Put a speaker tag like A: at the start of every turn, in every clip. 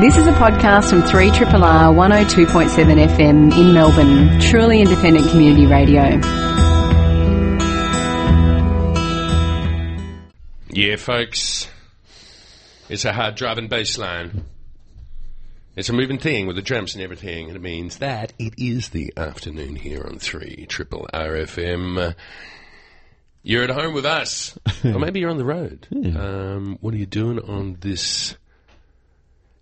A: This is a podcast from 3RRR 102.7 FM in Melbourne, truly independent community radio.
B: Yeah, folks. It's a hard driving bass line. It's a moving thing with the drums and everything, and it means that it is the afternoon here on 3 Triple RFM. You're at home with us, or maybe you're on the road. Um, what are you doing on this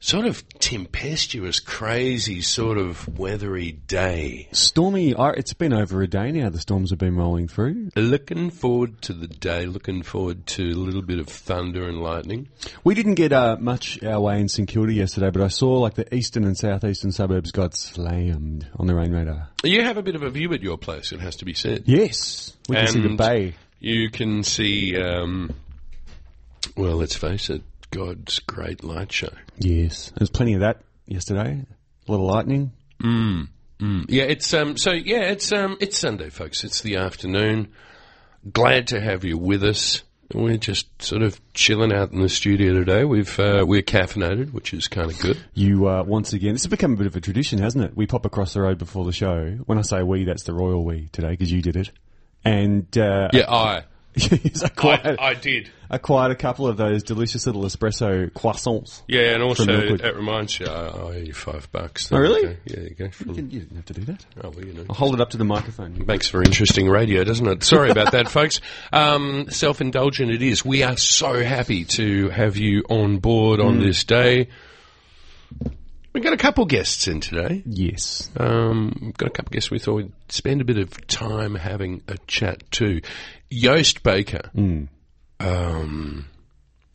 B: sort of tempestuous, crazy, sort of weathery day?
C: Stormy, I- it's been over a day now. The storms have been rolling through.
B: Looking forward to the day, looking forward to a little bit of thunder and lightning.
C: We didn't get uh, much our way in St Kilda yesterday, but I saw like the eastern and southeastern suburbs got slammed on the rain radar.
B: You have a bit of a view at your place, it has to be said.
C: Yes, we can see the
B: And
C: bay.
B: You can see, um, well, let's face it, God's great light show.
C: Yes, there's plenty of that yesterday. A little lightning.
B: Yeah, it's um, so yeah, it's um, it's Sunday, folks. It's the afternoon. Glad to have you with us. We're just sort of chilling out in the studio today. We've uh, we're caffeinated, which is kind of good.
C: You uh, once again, this has become a bit of a tradition, hasn't it? We pop across the road before the show. When I say we, that's the royal we today because you did it. And uh,
B: Yeah, I
C: yes, I quite,
B: I, I did.
C: I quite a couple of those delicious little espresso croissants.
B: Yeah, and also
C: From Milkwood.
B: that reminds you, I owe you five bucks.
C: Oh, really?
B: Okay. Yeah, you go.
C: You
B: From,
C: didn't- you didn't have to do that.
B: oh, well, you know.
C: Hold it up to the microphone.
B: Makes for interesting radio, doesn't it? Sorry about that, folks. Um, self-indulgent it is. We are so happy to have you on board on this day. We've got a couple guests in today.
C: Yes.
B: Um, we've got a couple guests we thought we'd spend a bit of time having a chat to. Yost Baker,
C: Mm.
B: um,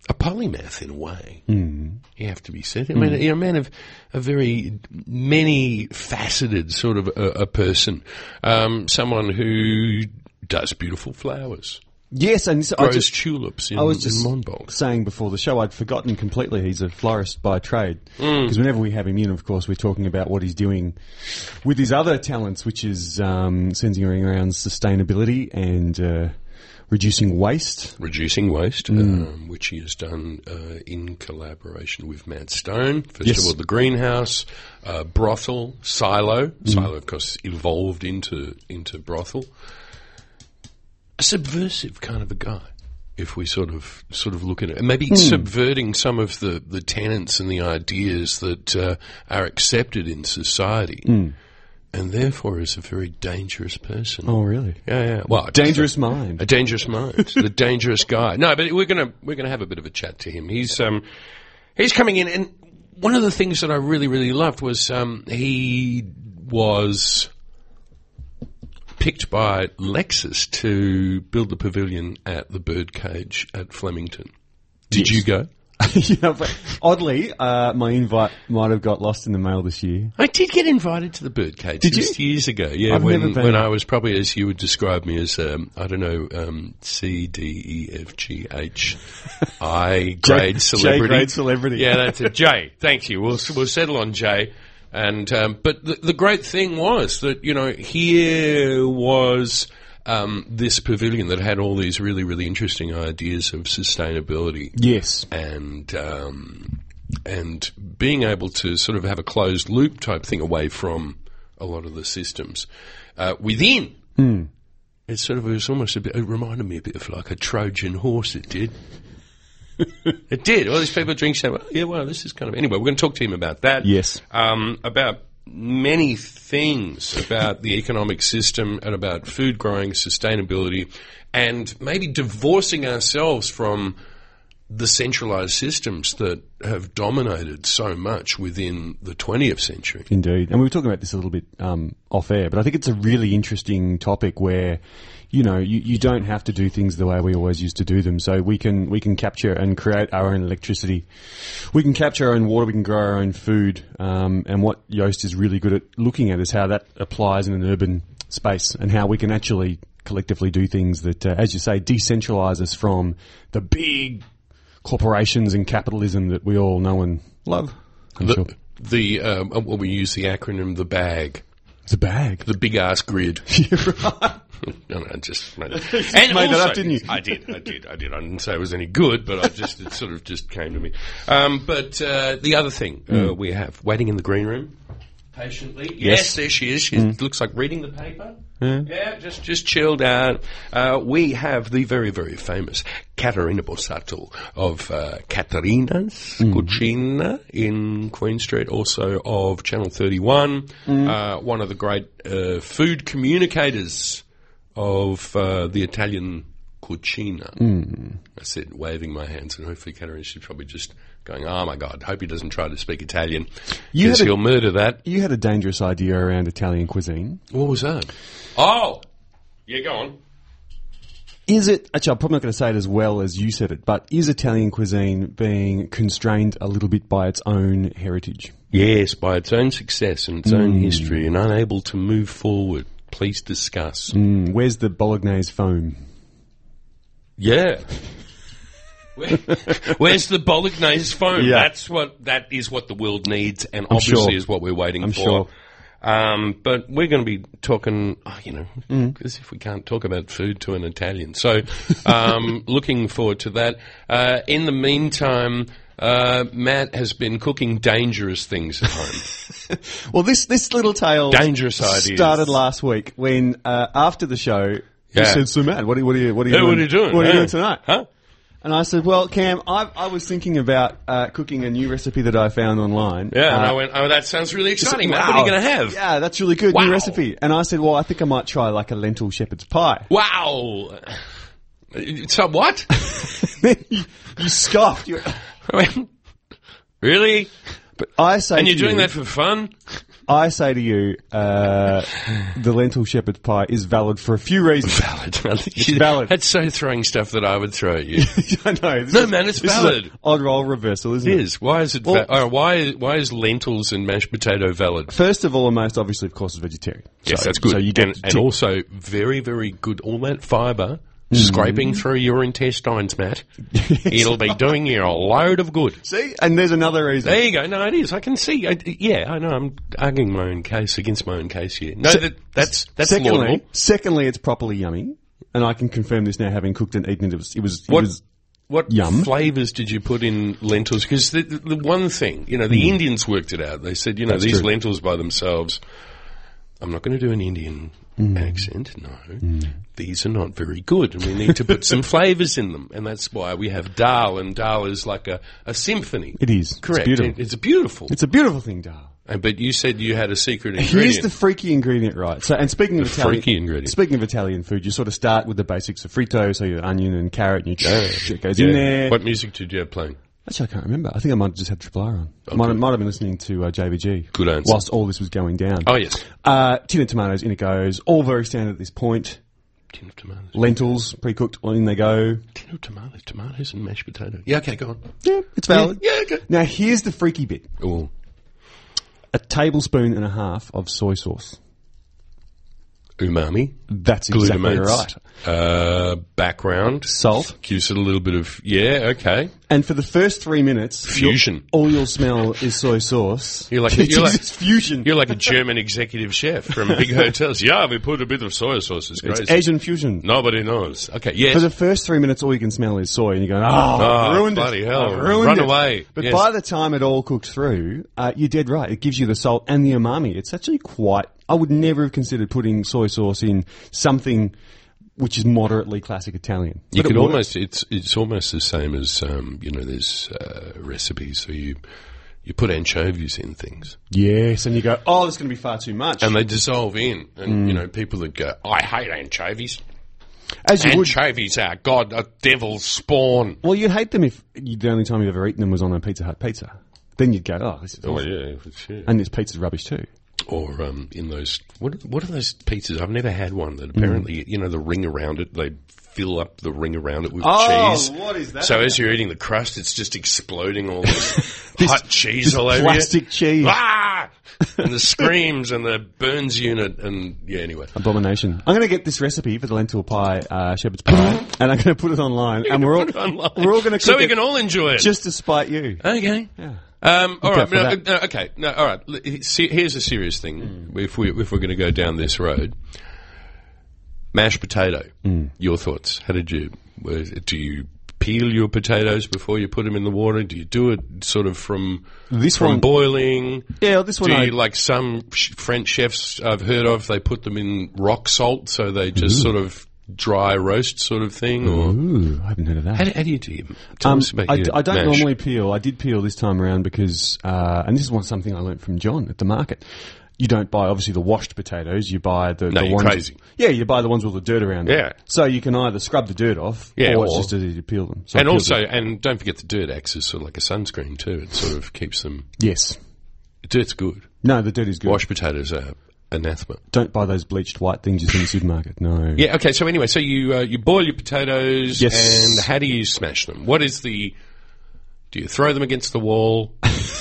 B: a polymath in a way.
C: Mm.
B: You have to be said. I mean, you're a man of a very many faceted sort of a, a person. Um, someone who does beautiful flowers,
C: Yes, and so I
B: grows
C: just
B: tulips in,
C: I was
B: in
C: just
B: Monbog.
C: saying before the show, I'd forgotten completely he's a florist by trade. Because whenever we have him in, of course, we're talking about what he's doing with his other talents, which is um, centering around sustainability and uh, reducing waste.
B: Reducing waste,
C: Mm.
B: um, which he has done uh, in collaboration with Matt Stone. First
C: Yes.
B: of all, the greenhouse, uh, brothel, silo.
C: Mm.
B: Silo, of course, evolved into into brothel. A subversive kind of a guy, if we sort of sort of look at it, and maybe
C: Mm.
B: subverting some of the the tenets and the ideas that uh, are accepted in society,
C: Mm.
B: and therefore is a very dangerous person.
C: Oh, really?
B: Yeah, yeah. Well,
C: Dangerous
B: a
C: mind.
B: dangerous mind, the dangerous guy. No, but we're gonna we're gonna have a bit of a chat to him. He's um he's coming in, and one of the things that I really really loved was um he was picked by Lexus to build the pavilion at the birdcage at Flemington. Did you go?
C: You know, but oddly, uh, my invite might have got lost in the mail this year.
B: I did get invited to the birdcage
C: Did you?
B: just years ago. Yeah,
C: I've
B: when
C: never been.
B: when I was probably as you would describe me as um, I don't know um, C D E F G H I grade celebrity.
C: J-grade celebrity.
B: Yeah, that's it. J. Thank you. We'll we'll settle on J. And um, but the, the great thing was that you know here was. Um, this pavilion that had all these really, really interesting ideas of sustainability
C: Yes.
B: and um, and being able to sort of have a closed loop type thing away from a lot of the systems uh, within. It's sort of it was almost a bit. It reminded me a bit of like a Trojan horse. It did. it did. All these people drink so well, Yeah, well, this is kind of anyway. We're going to talk to him about that.
C: Yes.
B: Um, about many things about the economic system and about food growing, sustainability, and maybe divorcing ourselves from the centralized systems that have dominated so much within the 20th century.
C: Indeed. And we were talking about this a little bit um, off air, but I think it's a really interesting topic where, you know, you, you don't have to do things the way we always used to do them. So we can we can capture and create our own electricity. We can capture our own water. We can grow our own food. Um, and what Yoast is really good at looking at is how that applies in an urban space and how we can actually collectively do things that, uh, as you say, decentralize us from the big corporations and capitalism that we all know and love. I'm sure.
B: The, the uh, um, well, we use the acronym the bag,
C: It's a bag.
B: the big ass grid.
C: You're right.
B: I don't know, I just made, it.
C: just made that up, didn't you?
B: I did, I did, I did. I didn't say it was any good, but I just it sort of just came to me. Um, but uh, the other thing uh,
C: Hmm.
B: we have waiting in the green room patiently. Yes, there she is. She
C: Mm.
B: looks like reading the paper. Yeah, just just chilled out. Uh, we have the very very famous Caterina Borsato of uh, Caterina's
C: Mm-hmm.
B: Cucina in Queen Street, also of Channel Thirty One,
C: Mm-hmm.
B: uh, one of the great uh, food communicators of uh, the Italian cucina.
C: Mm.
B: I said, waving my hands, and hopefully Katerina, she's probably just going, oh my God, hope he doesn't try to speak Italian,
C: You
B: because
C: had a-
B: he'll murder that.
C: You had a dangerous idea around Italian cuisine.
B: What was that? Oh! Yeah, go on.
C: Is it, actually, I'm probably not going to say it as well as you said it, but is Italian cuisine being constrained a little bit by its own heritage?
B: Yes, by its own success and its
C: Hmm.
B: own history, and unable to move forward. Please discuss.
C: Mm, Where's the bolognese foam?
B: Yeah. Where- Where's the bolognese foam?
C: Yeah.
B: That's what that is what the world needs, and
C: I'm
B: obviously
C: sure.
B: is what we're waiting
C: I'm
B: for.
C: sure.
B: Um, but we're going to be talking, oh, you know,
C: Mm.
B: as if we can't talk about food to an Italian. So, um, looking forward to that. Uh, in the meantime, uh, Matt has been cooking dangerous things at home.
C: Well, this this little tale
B: Dangerous ideas.
C: started last week when uh, after the show you
B: Yeah.
C: said, "So Matt, what are, what are you what are you
B: Hey,
C: doing,
B: what are you doing?
C: What are you
B: Hey.
C: doing tonight?"
B: Huh?
C: And I said, "Well, Cam, I, I was thinking about uh, cooking a new recipe that I found online."
B: Yeah, and
C: Uh,
B: I went, oh, that sounds really exciting,
C: wow.
B: Matt. What are you going to have?
C: Yeah, that's really good new
B: Wow.
C: recipe. And I said, "Well, I think I might try like a lentil shepherd's pie."
B: Wow. So what?
C: you scoffed. You-
B: I mean, really?
C: but I say,
B: And you're
C: to
B: doing
C: you,
B: that for fun?
C: I say to you, uh, the lentil shepherd's pie is valid for a few reasons.
B: Valid. It's
C: valid.
B: That's so throwing stuff that I would throw at you.
C: I know. this
B: No,
C: is-
B: man, it's
C: this is
B: valid.
C: an Odd role reversal, isn't
B: It is. Why is it?
C: Well-
B: va- uh, why why is lentils and mashed potato valid?
C: First of all, and most obviously, of course, is vegetarian.
B: Yes,
C: so,
B: that's good.
C: So you get
B: and,
C: tick.
B: and also very very good. All that fibre scraping through your intestines, Matt. It'll be doing you a load of good.
C: see, and there's another reason.
B: There you go. No, it is. I can see. I, yeah, I know. I'm arguing my own case against my own case here. No, that, that's that's
C: secondly,
B: laudable.
C: secondly, it's properly yummy, and I can confirm this now, having cooked and eaten it. It was. It was, it
B: What-
C: was
B: What
C: Yum.
B: flavors did you put in lentils? Because the, the one thing, you know, the Indians worked it out. They said, you know, these
C: Hmm. true.
B: lentils by themselves. I'm not going to do an Indian
C: Hmm.
B: accent. No, these are not very good, and we need to put some flavors in them, and that's why we have dal, and dal is like a, a symphony.
C: it is.
B: correct.
C: It's beautiful.
B: It- it's beautiful.
C: It's a beautiful thing, Dar.
B: Uh, but you said you had a secret ingredient.
C: Here's the freaky ingredient, right? So, and speaking of
B: The
C: Italian,
B: freaky ingredient.
C: Speaking of Italian food, you sort of start with the basics of fritto, so your onion and carrot, and you it goes
B: Yeah.
C: in there.
B: What music did you have playing?
C: Actually, I can't remember. I think I might have just had Triple R on. Might, have- might have been listening to uh, JVG.
B: Good answer.
C: Whilst all this was going down.
B: Oh yes,
C: Uh, tin of tomatoes, in it goes. All very standard at this point.
B: tin of tomatoes.
C: Lentils, pre-cooked, in they go.
B: Tin of tomatoes, tomatoes and mashed potato. Yeah, okay, go on.
C: Yeah, it's valid.
B: Yeah, okay.
C: Now here's the freaky bit:
B: Oh,
C: a tablespoon and a half of soy sauce.
B: umami.
C: That's exactly
B: glutamates,
C: right.
B: Uh, background.
C: Salt,
B: Gives it a little bit of yeah. Okay.
C: and for the first three minutes,
B: Fusion.
C: you'll- all you'll smell is soy sauce.
B: You're like-
C: it's
B: you're like-
C: just fusion.
B: You're like a German executive chef from big hotels. Yeah, we put a bit of soy sauce. It's
C: it's
B: crazy.
C: Asian fusion.
B: Nobody knows. Okay.
C: For
B: Yes.
C: the first three minutes, all you can smell is soy, and you go, "Oh, I've ruined
B: bloody
C: it!
B: hell.
C: I've ruined
B: Run
C: it."
B: away.
C: But
B: Yes.
C: by the time it all cooked through, uh, you're dead right. It gives you the salt and the umami. It's actually quite. I would never have considered putting soy sauce in something which is moderately classic Italian.
B: You
C: But it
B: could
C: works.
B: almost it's it's almost the same as um, you know there's uh, recipes so you you put anchovies in things
C: yes, and you go, "Oh, it's going to be far too much."
B: and they dissolve in and you
C: Mm.
B: know people that go I hate anchovies
C: As you would.
B: anchovies are god a devil's spawn
C: Well, you'd hate them if you, the only time you've ever eaten them was on a Pizza Hut pizza. Then you'd go, "Oh, this is."
B: oh
C: awful."
B: yeah sure.
C: And this pizza's rubbish too.
B: or um, in those what what are those pizzas? I've never had one that apparently
C: Mm.
B: you know the ring around it they fill up the ring around it with cheese.
C: Oh, what is that?
B: So as you're eating the crust, it's just exploding all this, hot cheese all over
C: plastic cheese.
B: you. Ah! And the screams and the burns unit and yeah. Anyway,
C: Abomination. I'm going to get this recipe for the lentil pie, uh, shepherd's pie, and I'm going to put it online, and we're all
B: Online.
C: we're all going to
B: so we can all enjoy it.
C: just to spite you.
B: Okay. Um, all
C: out
B: right.
C: for
B: No,
C: that. Hmm.
B: no, okay. No, all right. L- he- se- Here's a serious thing. If we if we're going to go down this road, Mashed potato.
C: Hmm.
B: Your thoughts? How did you? was- Do you peel your potatoes before you put them in the water? Do you do it sort of from
C: This
B: from
C: one-
B: boiling?
C: Yeah, this one
B: Do
C: I-
B: you, like some sh- French chefs I've heard of, they put them in rock salt, so they
C: Mm-hmm.
B: just sort of dry roast sort of thing. Or
C: Ooh, I haven't heard of that.
B: how do, how do you do? Your, tell
C: Mm-hmm. Um,
B: us about
C: I,
B: your
C: d- I don't
B: mash.
C: normally peel. I did peel this time around because, uh, and this was something I learnt from John at the market. You don't buy obviously the washed potatoes. You buy the,
B: No,
C: the
B: you're
C: ones.
B: crazy.
C: Yeah, you buy the ones with the dirt around. them.
B: Yeah.
C: So you can either scrub the dirt off,
B: Yeah,
C: or, it's
B: or-
C: just as easy to peel them. So I
B: And
C: peeled
B: also,
C: them.
B: and don't forget the dirt acts as sort of like a sunscreen too. It sort of keeps them.
C: yes,
B: Dirt's good.
C: no, the dirt is good.
B: Washed potatoes are anathema.
C: Don't buy those bleached white things you see in the supermarket. No.
B: Yeah. Okay. So anyway, so you uh, you boil your potatoes,
C: Yes.
B: and how do you smash them? What is the? Do you throw them against the wall?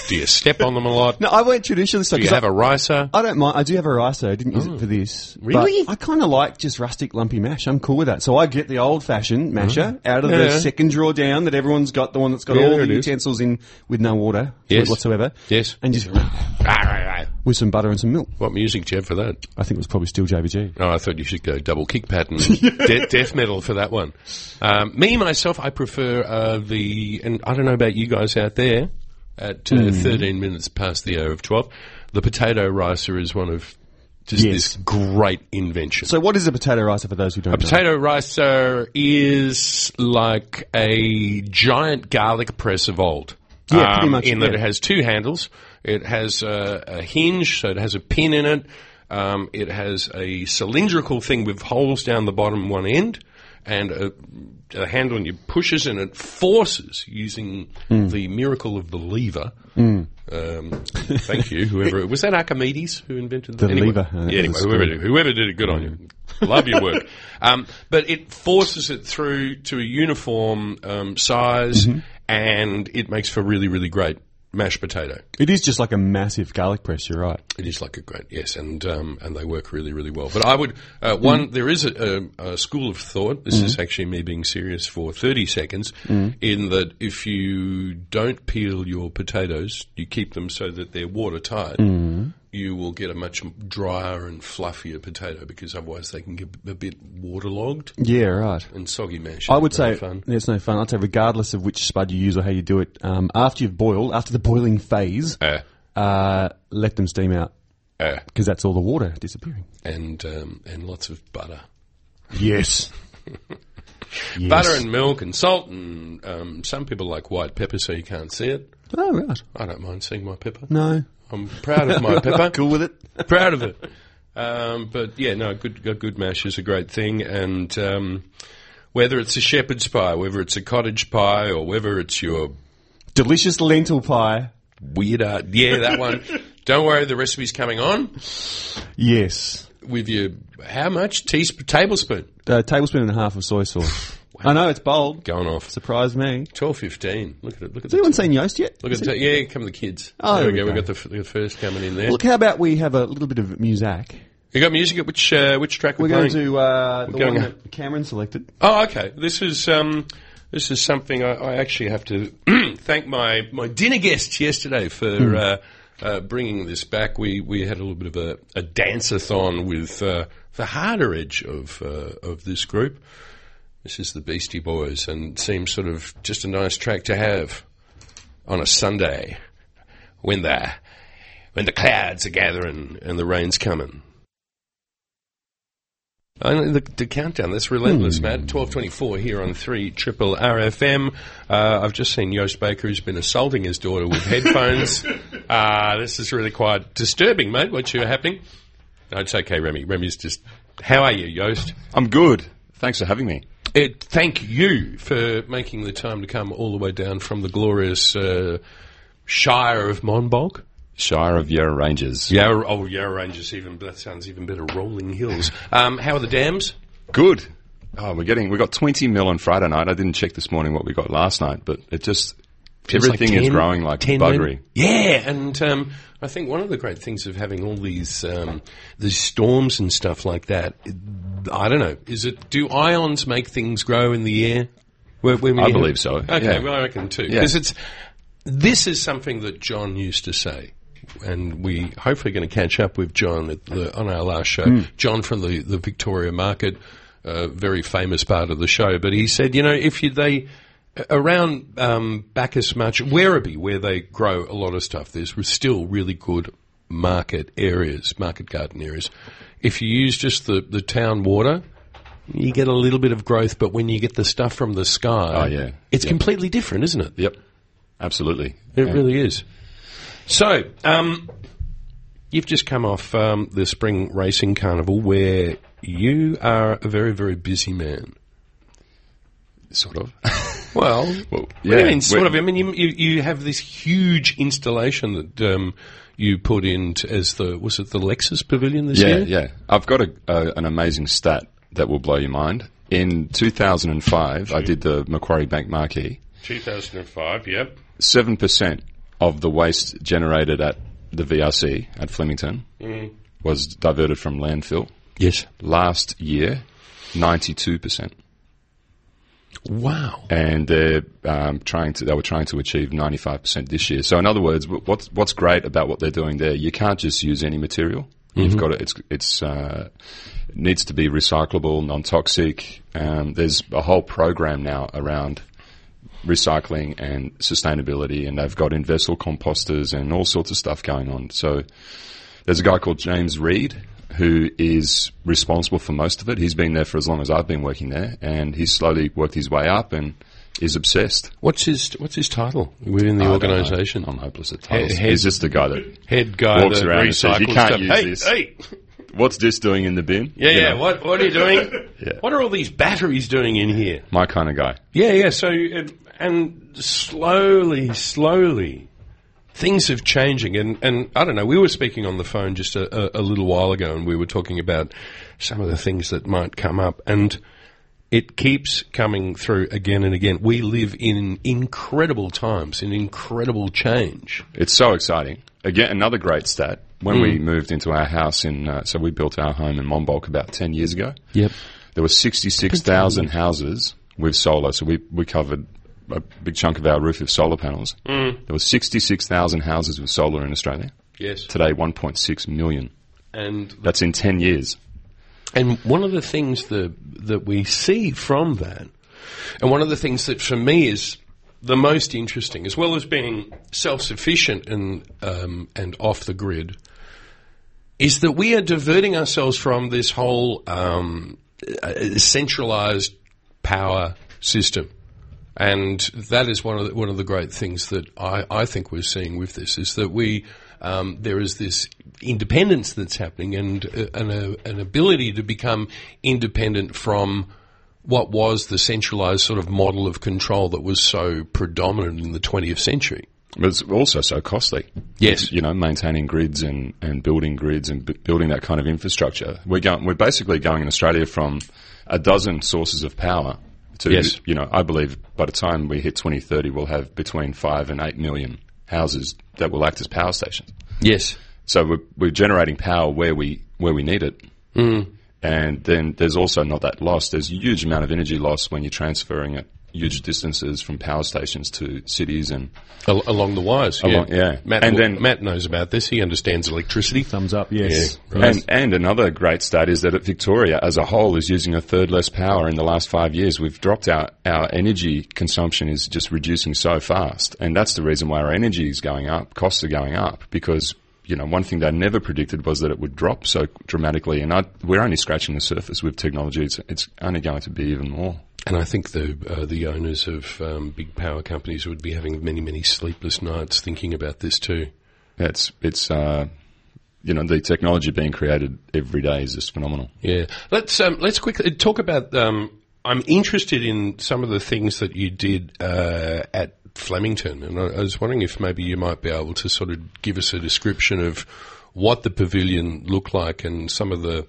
B: do you step on them a lot?
C: No, I went traditionally. So
B: do you
C: 'cause
B: have a ricer?
C: I don't mind. I do have a ricer. I didn't use it for this.
B: Oh. Really?
C: But I kind of like just rustic lumpy mash. I'm cool with that. So I get the old fashioned masher out of the
B: Mm-hmm. Yeah.
C: second drawer down that everyone's got the one that's got
B: Yeah,
C: all
B: there
C: the
B: it is.
C: utensils in with no water
B: Yes.
C: whatsoever.
B: Yes.
C: And just with some butter and some milk.
B: What music do you have for that?
C: I think it was probably still JVG.
B: Oh, I thought you should go double kick pattern, de- death metal for that one. Um, me myself, I prefer uh, the, and I don't know about you guys out there, at uh, 13 minutes past the hour of 12, the potato ricer is one of just
C: Yes.
B: this great invention.
C: So what is a potato ricer for those who don't
B: a potato ricer is like a giant garlic press of old. Um,
C: Yeah, pretty much,
B: In that
C: yeah.
B: it has two handles. It has a, a hinge, so it has a pin in it. Um, it has a cylindrical thing with holes down the bottom one end, and a, a handle, and you pushes, and it forces using
C: Hmm.
B: the miracle of the lever. Um, thank you, whoever was that. Archimedes who invented the
C: lever, uh, Mm.
B: Yeah, anyway,
C: that's
B: whoever did, whoever did it, good on you. Love your work. Um, but it forces it through to a uniform um, size,
C: Mm-hmm.
B: and it makes for really, really great mashed potato.
C: It is just like a massive garlic press. You're right.
B: It is like a great yes, and um, and they work really, really well. But I would uh,
C: Mm.
B: one there is a, a, a school of thought. This is actually me being serious for thirty seconds.
C: Mm.
B: In that, if you don't peel your potatoes, you keep them so that they're watertight.
C: Mm.
B: You will get a much drier and fluffier potato because otherwise they can get a bit waterlogged
C: Yeah, right.
B: and soggy mash.
C: I would
B: It's no
C: say
B: fun.
C: it's no fun. I'd say regardless of which spud you use or how you do it, um, after you've boiled, after the boiling phase,
B: Uh,
C: uh, let them steam out
B: uh,
C: because that's all the water disappearing.
B: and um, and lots of butter.
C: Yes. yes.
B: Butter and milk and salt, and um, some people like white pepper so you can't see it.
C: oh right.
B: I don't mind seeing my pepper.
C: No.
B: I'm proud of my pepper.
C: Cool with it.
B: Proud of it. Um, but yeah, no, good a good mash is a great thing, and um, whether it's a shepherd's pie, whether it's a cottage pie, or whether it's your
C: Delicious lentil pie.
B: weird art, yeah, that one. Don't worry, the recipe's coming on
C: Yes.
B: with your how much teaspoon, tablespoon
C: A Uh, tablespoon and a half of soy sauce. I know it's bold.
B: going off.
C: Surprised me.
B: Twelve fifteen. Look at it. Look at
C: Has anyone
B: the,
C: seen Yoast yet?
B: look at the, yeah. Come the kids.
C: Oh,
B: there we go.
C: there
B: We
C: we
B: got the, f- the first coming in there.
C: Look, how about we have a little bit of Muzak?
B: You got music at which uh, which track we're,
C: We're
B: playing?
C: going to uh, the
B: going
C: one
B: up.
C: that Cameron selected.
B: Oh, okay. This is um, this is something I, I actually have to thank my, my dinner guests yesterday for uh, uh, bringing this back. We we had a little bit of a, a dance-a-thon with uh, the harder edge of uh, of this group. This is the Beastie Boys, and it seems sort of just a nice track to have on a Sunday when the when the clouds are gathering and the rain's coming. I know the, the countdown, that's relentless, Matt. 1224 here on 3 Triple RFM. Uh, I've just seen Yost Baker, who's been assaulting his daughter with headphones. uh, this is really quite disturbing, mate, what's you happening. No, it's okay, Remy. Remy's just... How are you, Yost?
D: I'm good. Thanks for having me.
B: It, thank you for making the time to come all the way down from the glorious uh, Shire of Monbog.
D: Shire of Yarra Rangers.
B: Yarra, oh, Yarra Rangers, even that sounds even better. Rolling Hills. Um, how are the dams?
D: Good. Oh, we're getting we got 20 mil on Friday night. I didn't check this morning what we got last night, but it just
B: It's like
D: everything is
B: 10
D: growing like
B: 10
D: buggery.
B: men. Yeah, and um, I think one of the great things of having all these um, these storms and stuff like that, it- I don't know, is it do ions make things grow in the air? Where, where we
D: I
B: have-
D: believe so,
B: Okay,
D: yeah.
B: well, I reckon too,
D: Yeah.
B: because it's this is something that John used to say. And we
D: Hmm.
B: hopefully going to catch up with John at the, on our last show. John from the, the Victoria Market, uh, very famous part of the show. But he said, you know, if you they around um, Bacchus March, Werribee, where they grow a lot of stuff, there's still really good market areas, market garden areas. If you use just the, the town water, you get a little bit of growth, but when you get the stuff from the sky,
D: Oh, yeah.
B: it's
D: Yeah.
B: completely different, isn't it?
D: Yep, absolutely.
B: It really is. So, um, you've just come off um, the spring racing carnival where you are a very, very busy man.
D: Sort of.
B: Well,
D: Well,
B: what do you
D: yeah,
B: mean, sort of?
D: we're-
B: I mean, you, you, you have this huge installation that um, you put in t- as the, was it the Lexus Pavilion this
D: yeah,
B: year?
D: yeah. I've got a, a, an amazing stat that will blow your mind. In 2005, I did the Macquarie Bank marquee.
B: 2005, yep.
D: Seven percent of the waste generated at the VRC at Flemington was diverted from landfill.
B: Yes.
D: Last year, ninety-two percent,
B: Wow.
D: and they're um, trying to. They were trying to achieve ninety-five percent this year. So, in other words, wh- what's what's great about what they're doing there? You can't just use any material. You've got to, it's it's uh, it needs to be recyclable, non-toxic. Um, there's a whole program now around recycling and sustainability, and they've got in vessel composters and all sorts of stuff going on. So there's a guy called James Reed who is responsible for most of it. He's been there for as long as I've been working there, and he's slowly worked his way up and is obsessed.
B: What's his, what's his title within the
D: I don't know.
B: organisation?
D: I'm hopeless at titles.
B: He- head-
D: He's just the guy that
B: Head guy
D: Walks
B: that
D: around and says, "You
B: recycles
D: can't
B: stuff."
D: use
B: hey,
D: this.
B: Hey,
D: what's this doing in the bin?
B: Yeah,
D: You
B: yeah.
D: know,
B: What What are you doing?
D: Yeah.
B: What are all these batteries doing in here?
D: my kind of guy.
B: Yeah, yeah. So uh, and slowly, slowly, things have changing. And and I don't know. We were speaking on the phone just a, a, a little while ago, and we were talking about some of the things that might come up, and it keeps coming through again and again. We live in incredible times, in incredible change.
D: It's so exciting. Again, another great stat. When we moved into our house in, uh, so we built our home in Mombolk about 10 years ago.
B: Yep.
D: There were 66,000 houses with solar, so we, we covered a big chunk of our roof with solar panels. Mm. There were 66,000 houses with solar in Australia.
B: Yes.
D: Today, 1.6 million.
B: And
D: That's in 10 years.
B: And one of the things that that we see from that, and one of the things that for me is the most interesting, as well as being self sufficient and um, and off the grid, is that we are diverting ourselves from this whole um, uh, centralized power system. And that is one of the, one of the great things that I, I think we're seeing with this is that we um, there is this independence that's happening and uh, and a, an ability to become independent from what was the centralized sort of model of control that was so predominant in the 20th century.
D: But it's also so costly.
B: Yes.
D: you know, maintaining grids and, and building grids and b- building that kind of infrastructure. We're going, we're basically going in Australia from a dozen sources of power to,
B: Yes.
D: you know, I believe by the time we hit 2030, we'll have between five and eight million houses that will act as power stations.
B: Yes.
D: So we're, we're generating power where we, where we need it. Mm. And then there's also not that loss. There's a huge amount of energy loss when you're transferring it huge distances from power stations to cities and
B: Al- along the wires.
D: Along-
B: yeah.
D: yeah.
B: Matt,
D: And
B: will-
D: then-
B: Matt knows about this. He understands electricity.
C: Thumbs up, yes.
B: Yeah, right.
D: And, and another great stat is that Victoria as a whole is using a third less power in the last five years. We've dropped our, our energy consumption is just reducing so fast. And that's the reason why our energy is going up, costs are going up because, you know, one thing they never predicted was that it would drop so dramatically. And I, we're only scratching the surface with technology. It's, it's only going to be even more.
B: And I think the uh, the owners of um, big power companies would be having many many sleepless nights thinking about this too.
D: It's, it's, uh, you know, the technology being created every day is just phenomenal.
B: Yeah, let's um, let's quickly talk about. Um, I'm interested in some of the things that you did uh, at Flemington, and I, I was wondering if maybe you might be able to sort of give us a description of what the pavilion looked like and some of the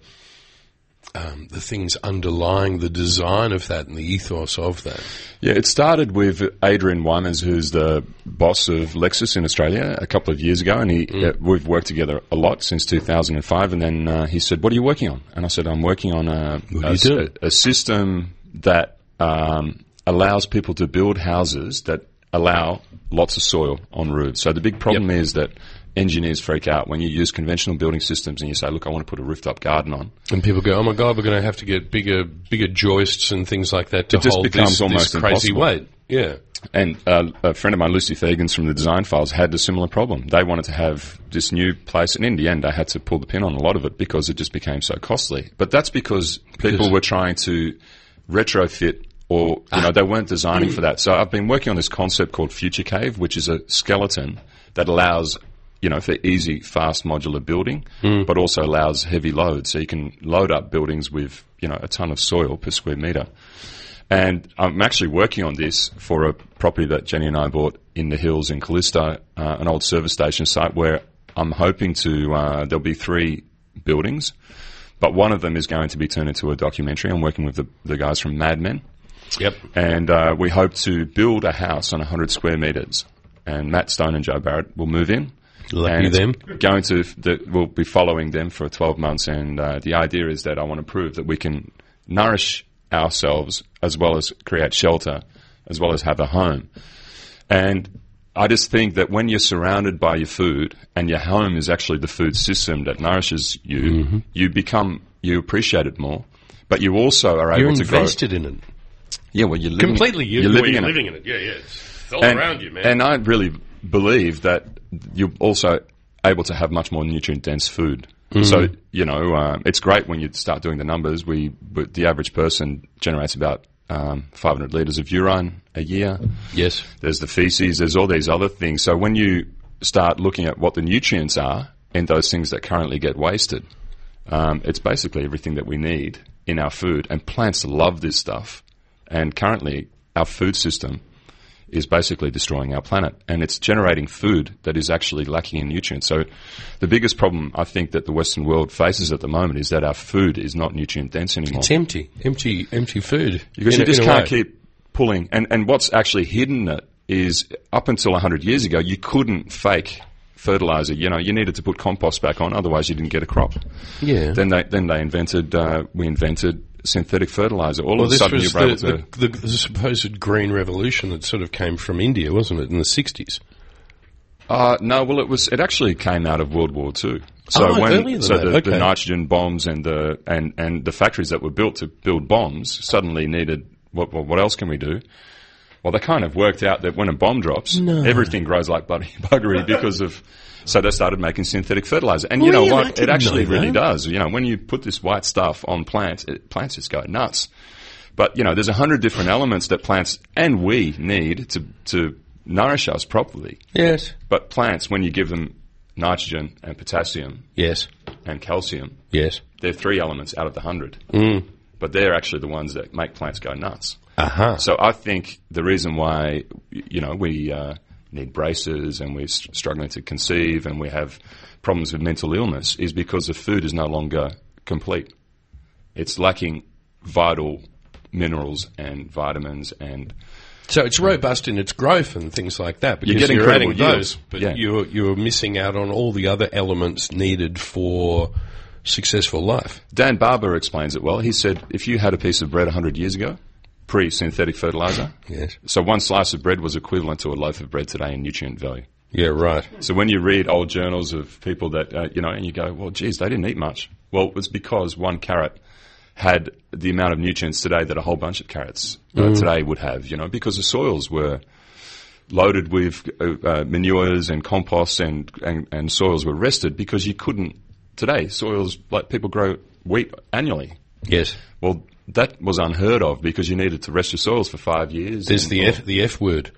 B: um, the things underlying the design of that and the ethos of that.
D: Yeah, it started with Adrian Wymans, who's the boss of Lexus in Australia a couple of years ago, and he
B: Mm.
D: uh, we've worked together a lot since 2005. And then uh, he said, "What are you working on?" And I said, "I'm working on a
B: do
D: a,
B: you
D: s-
B: do?
D: a system that um, allows people to build houses that allow lots of soil on roofs." So the big problem is that engineers freak out when you use conventional building systems and you say, look, I want to put a rooftop garden on.
B: And people go, "Oh my God, we're going to have to get bigger, bigger joists and things like that to
D: It just
B: hold
D: becomes
B: this,
D: almost
B: this crazy
D: impossible.
B: weight." Yeah,
D: And uh, a friend of mine, Lucy Fegans from the Design Files, had a similar problem. They wanted to have this new place, and in the end, they had to pull the pin on a lot of it because it just became so costly. But that's because people were trying to retrofit, or you know, they weren't designing for that. So I've been working on this concept called Future Cave, which is a skeleton that allows. You know, for easy, fast, modular building, but also allows heavy loads. So you can load up buildings with, you know, a ton of soil per square meter. And I'm actually working on this for a property that Jenny and I bought in the hills in Callisto, uh, an old service station site where I'm hoping to, uh, there'll be three buildings, but one of them is going to be turned into a documentary. I'm working with the, the guys from Mad Men.
B: yep.
D: And uh, we hope to build a house on 100 square meters. And Matt Stone and Joe Barrett will move in.
B: Lucky
D: and it's
B: them.
D: Going to f- the, we'll be following them for 12 months, and uh, the idea is that I want to prove that we can nourish ourselves as well as create shelter, as well as have a home. And I just think that when you're surrounded by your food and your home is actually the food system that nourishes you,
B: Mm-hmm.
D: you become you appreciate it more. But you also are
B: You're
D: able to
B: invested in it
D: grow. Yeah, well, you're living,
B: completely. You,
D: you're living
B: you're
D: in it
B: living in it. Yeah, yeah. It's all
D: and,
B: around you, man.
D: and I really believe that you're also able to have much more nutrient dense food. So you know, um, it's great when you start doing the numbers. We, but the average person generates about um, 500 liters of urine a year.
B: yes.
D: There's the feces. There's all these other things. So when you start looking at what the nutrients are in those things that currently get wasted, um, it's basically everything that we need in our food. And plants love this stuff. And currently, our food system is basically destroying our planet, and it's generating food that is actually lacking in nutrients. So, the biggest problem I think that the Western world faces at the moment is that our food is not nutrient dense anymore.
B: It's empty, empty, empty food.
D: Because
B: In
D: you
B: a-
D: just
B: in a
D: can't
B: way.
D: keep pulling. And, and what's actually hidden it is up until 100 years ago, you couldn't fake fertilizer. You know, you needed to put compost back on, otherwise you didn't get a crop.
B: Yeah.
D: Then they, then they invented, uh, we invented synthetic fertilizer. All
B: well,
D: of a
B: this
D: sudden you
B: was
D: were able to.
B: the, the, the, the supposed green revolution that sort of came from India, wasn't it, in the 60s?
D: Uh, no, well, it was. It actually came out of World War Two. So
B: Oh,
D: when
B: earlier than
D: so
B: that,
D: the,
B: okay.
D: the nitrogen bombs and the and, and the factories that were built to build bombs suddenly needed what what, what else can we do? Well, they kind of worked out that when a bomb drops, everything grows like bloody buggery because of. So they started making synthetic fertilizer, and you
B: Really?
D: know
B: I
D: what? It
B: didn't
D: actually
B: know
D: really
B: that.
D: does. You know, when you put this white stuff on plants, it, plants just go nuts. But you know, there's a hundred different elements that plants and we need to to nourish us properly.
B: Yes.
D: But plants, when you give them nitrogen and potassium
B: Yes.
D: and calcium,
B: Yes.
D: they're three elements out of the hundred. Mm. But they're actually the ones that make plants go nuts.
B: Aha. Uh-huh.
D: So I think the reason why y- you know we uh, need braces and we're s- struggling to conceive and we have problems with mental illness is because the food is no longer complete. It's lacking vital minerals and vitamins and
B: So it's robust in its growth and things like that because
D: You get
B: Mm. you're adding
D: incredible
B: those,
D: yields.
B: but
D: Yeah.
B: you're, you're missing out on all the other elements needed for successful life.
D: Dan Barber explains it well. He said, if you had a piece of bread 100 years ago, pre synthetic fertilizer,
B: Yes.
D: so one slice of bread was equivalent to a loaf of bread today in nutrient value.
B: Yeah, right.
D: So when you read old journals of people that, uh, you know, and you go, well, geez, they didn't eat much. Well, it was because one carrot had the amount of nutrients today that a whole bunch of carrots uh,
B: Mm.
D: today would have, you know, because the soils were loaded with uh, uh, manures and composts and, and, and soils were rested because you couldn't today. Soils, like people grow wheat annually.
B: Yes.
D: Well, that was unheard of because you needed to rest your soils for five years.
B: There's
D: and-
B: the F, the F word.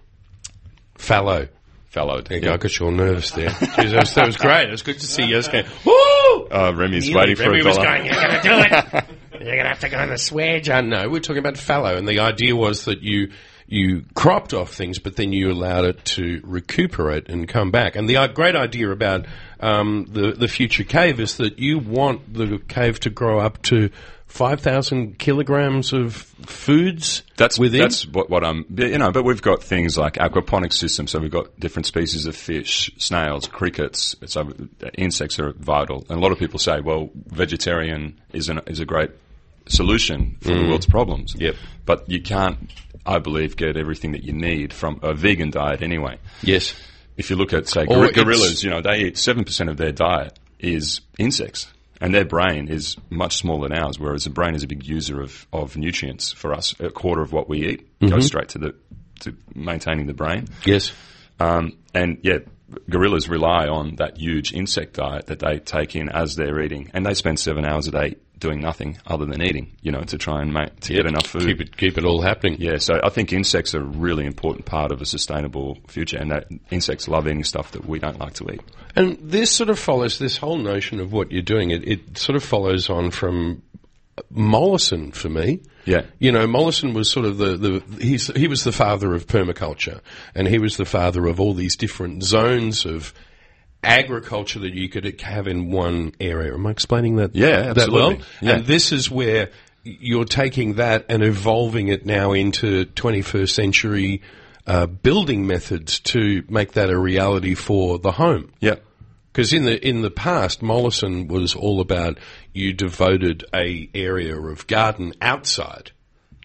B: Fallow.
D: fallowed.
B: There you
D: yeah.
B: go. I got you all nervous there. Jeez, that, was, that was great. It was good to see you. I was going, woo!
D: Uh, Remy's
B: Nearly.
D: waiting for
B: Remy
D: a
B: was
D: dollar.
B: going, you're going to do it. you're going to have to go on the swear jar. No, we're talking about fallow. And the idea was that you, you cropped off things, but then you allowed it to recuperate and come back. And the i- great idea about um, the, the future cave is that you want the cave to grow up to 5,000 kilograms of foods
D: That's
B: within.
D: that's what, what I'm yeah, you know. But we've got things like aquaponic systems. So we've got different species of fish, snails, crickets. So insects are vital. And a lot of people say, well, vegetarian is an, is a great solution for the world's problems.
B: Mm. Yep.
D: But you can't, I believe, get everything that you need from a vegan diet anyway.
B: yes.
D: If you look at say
B: Or
D: gor-
B: it's-
D: gorillas, you know they eat seven percent of their diet is insects, and their brain is much smaller than ours. Whereas the brain is a big user of, of nutrients for us. A quarter of what we eat
B: Mm-hmm.
D: goes straight to the to maintaining the brain.
B: Yes.
D: Um, and yeah, gorillas rely on that huge insect diet that they take in as they're eating, and they spend seven hours a day doing nothing other than eating. You know, to try and make to get enough food.
B: Keep it, keep it all happening.
D: Yeah, so I think insects are a really important part of a sustainable future, and that insects love eating stuff that we don't like to eat.
B: And this sort of follows this whole notion of what you're doing. It, it sort of follows on from Mollison for me.
D: Yeah.
B: You know, Mollison was sort of the, the he's, he was the father of permaculture and he was the father of all these different zones of agriculture that you could have in one area. Am I explaining that?
D: Yeah,
B: that well?
D: absolutely. Yeah.
B: And this is where you're taking that and evolving it now into 21st century uh, building methods to make that a reality for the home.
D: Yeah.
B: Because in the in the past, Mollison was all about you devoted a area of garden outside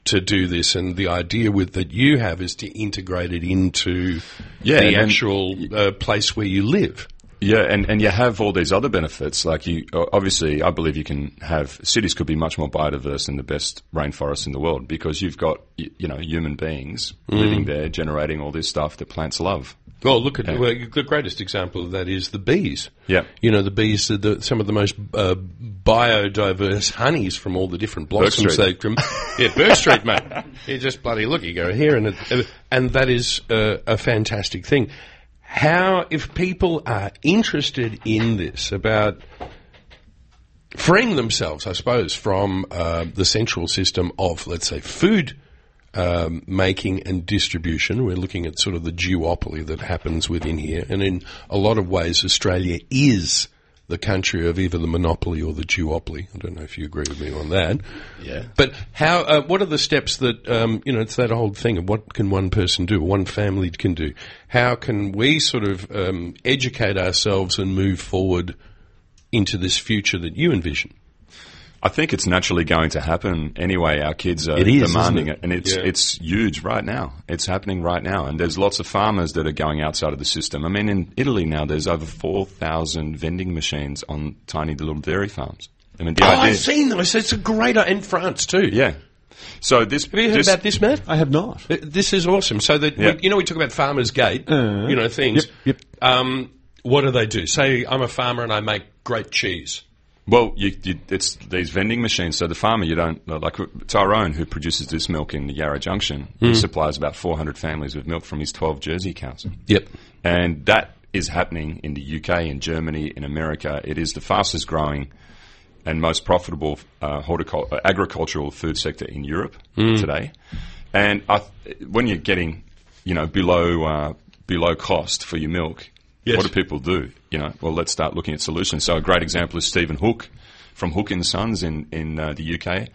B: to do this, and the idea with that you have is to integrate it into
D: Yeah, and
B: the
D: then-
B: actual uh, place where you live.
D: Yeah, and, and you have all these other benefits. Like you, o- obviously, I believe you can have cities could be much more biodiverse than the best rainforests in the world because you've got y- you know human beings living there, generating all this stuff that plants love.
B: Well, look at well, the greatest example of that is the bees.
D: Yeah.
B: you know the bees are the, some of the most uh, biodiverse honeys from all the different blossoms. They
D: Street.
B: from yeah, Burke Street, mate. You just bloody look. You go here, and it, and that is uh, a fantastic thing. How if people are interested in this about freeing themselves, I suppose, from uh, the central system of, let's say, food um, making and distribution. We're looking at sort of the duopoly that happens within here. And in a lot of ways, Australia is the country of either the monopoly or the duopoly. I don't know if you agree with me on that.
D: Yeah.
B: But how? Uh, what are the steps that um, you know? It's that old thing of what can one person do, one family can do. How can we sort of um, educate ourselves and move forward into this future that you envision?
D: I think it's naturally going to happen anyway. Our kids are
B: It is,
D: demanding
B: isn't
D: it? and it's
B: Yeah.
D: it's huge right now. It's happening right now, and there's lots of farmers that are going outside of the system. I mean, in Italy now, there's over four thousand vending machines on tiny little dairy farms. I mean, the
B: Oh,
D: idea,
B: I've seen those. It's a great uh, in France too.
D: yeah. So this,
B: Have you heard
D: this-
B: about this, Matt?
C: I have not.
B: Th- This is awesome. So that
D: Yeah.
B: we, you know, we talk about farmers' gate, you know, things.
C: Yep,
B: Um, what do they do? Say, I'm a farmer and I make great cheese.
D: Well, you, you, it's these vending machines. So the farmer, you don't like Tyrone, who produces this milk in Yarra Junction.
B: Hmm.
D: He supplies about 400 families with milk from his 12 Jersey cows.
B: Yep.
D: And that is happening in the UK, in Germany, in America. It is the fastest growing and most profitable uh, horticul- uh, agricultural food sector in Europe today. And I th- when you're getting, you know, below uh, below cost for your milk,
B: Yes.
D: what do people do? You know, well, let's start looking at solutions. So a great example is Stephen Hook from Hook and Sons in in uh, the UK.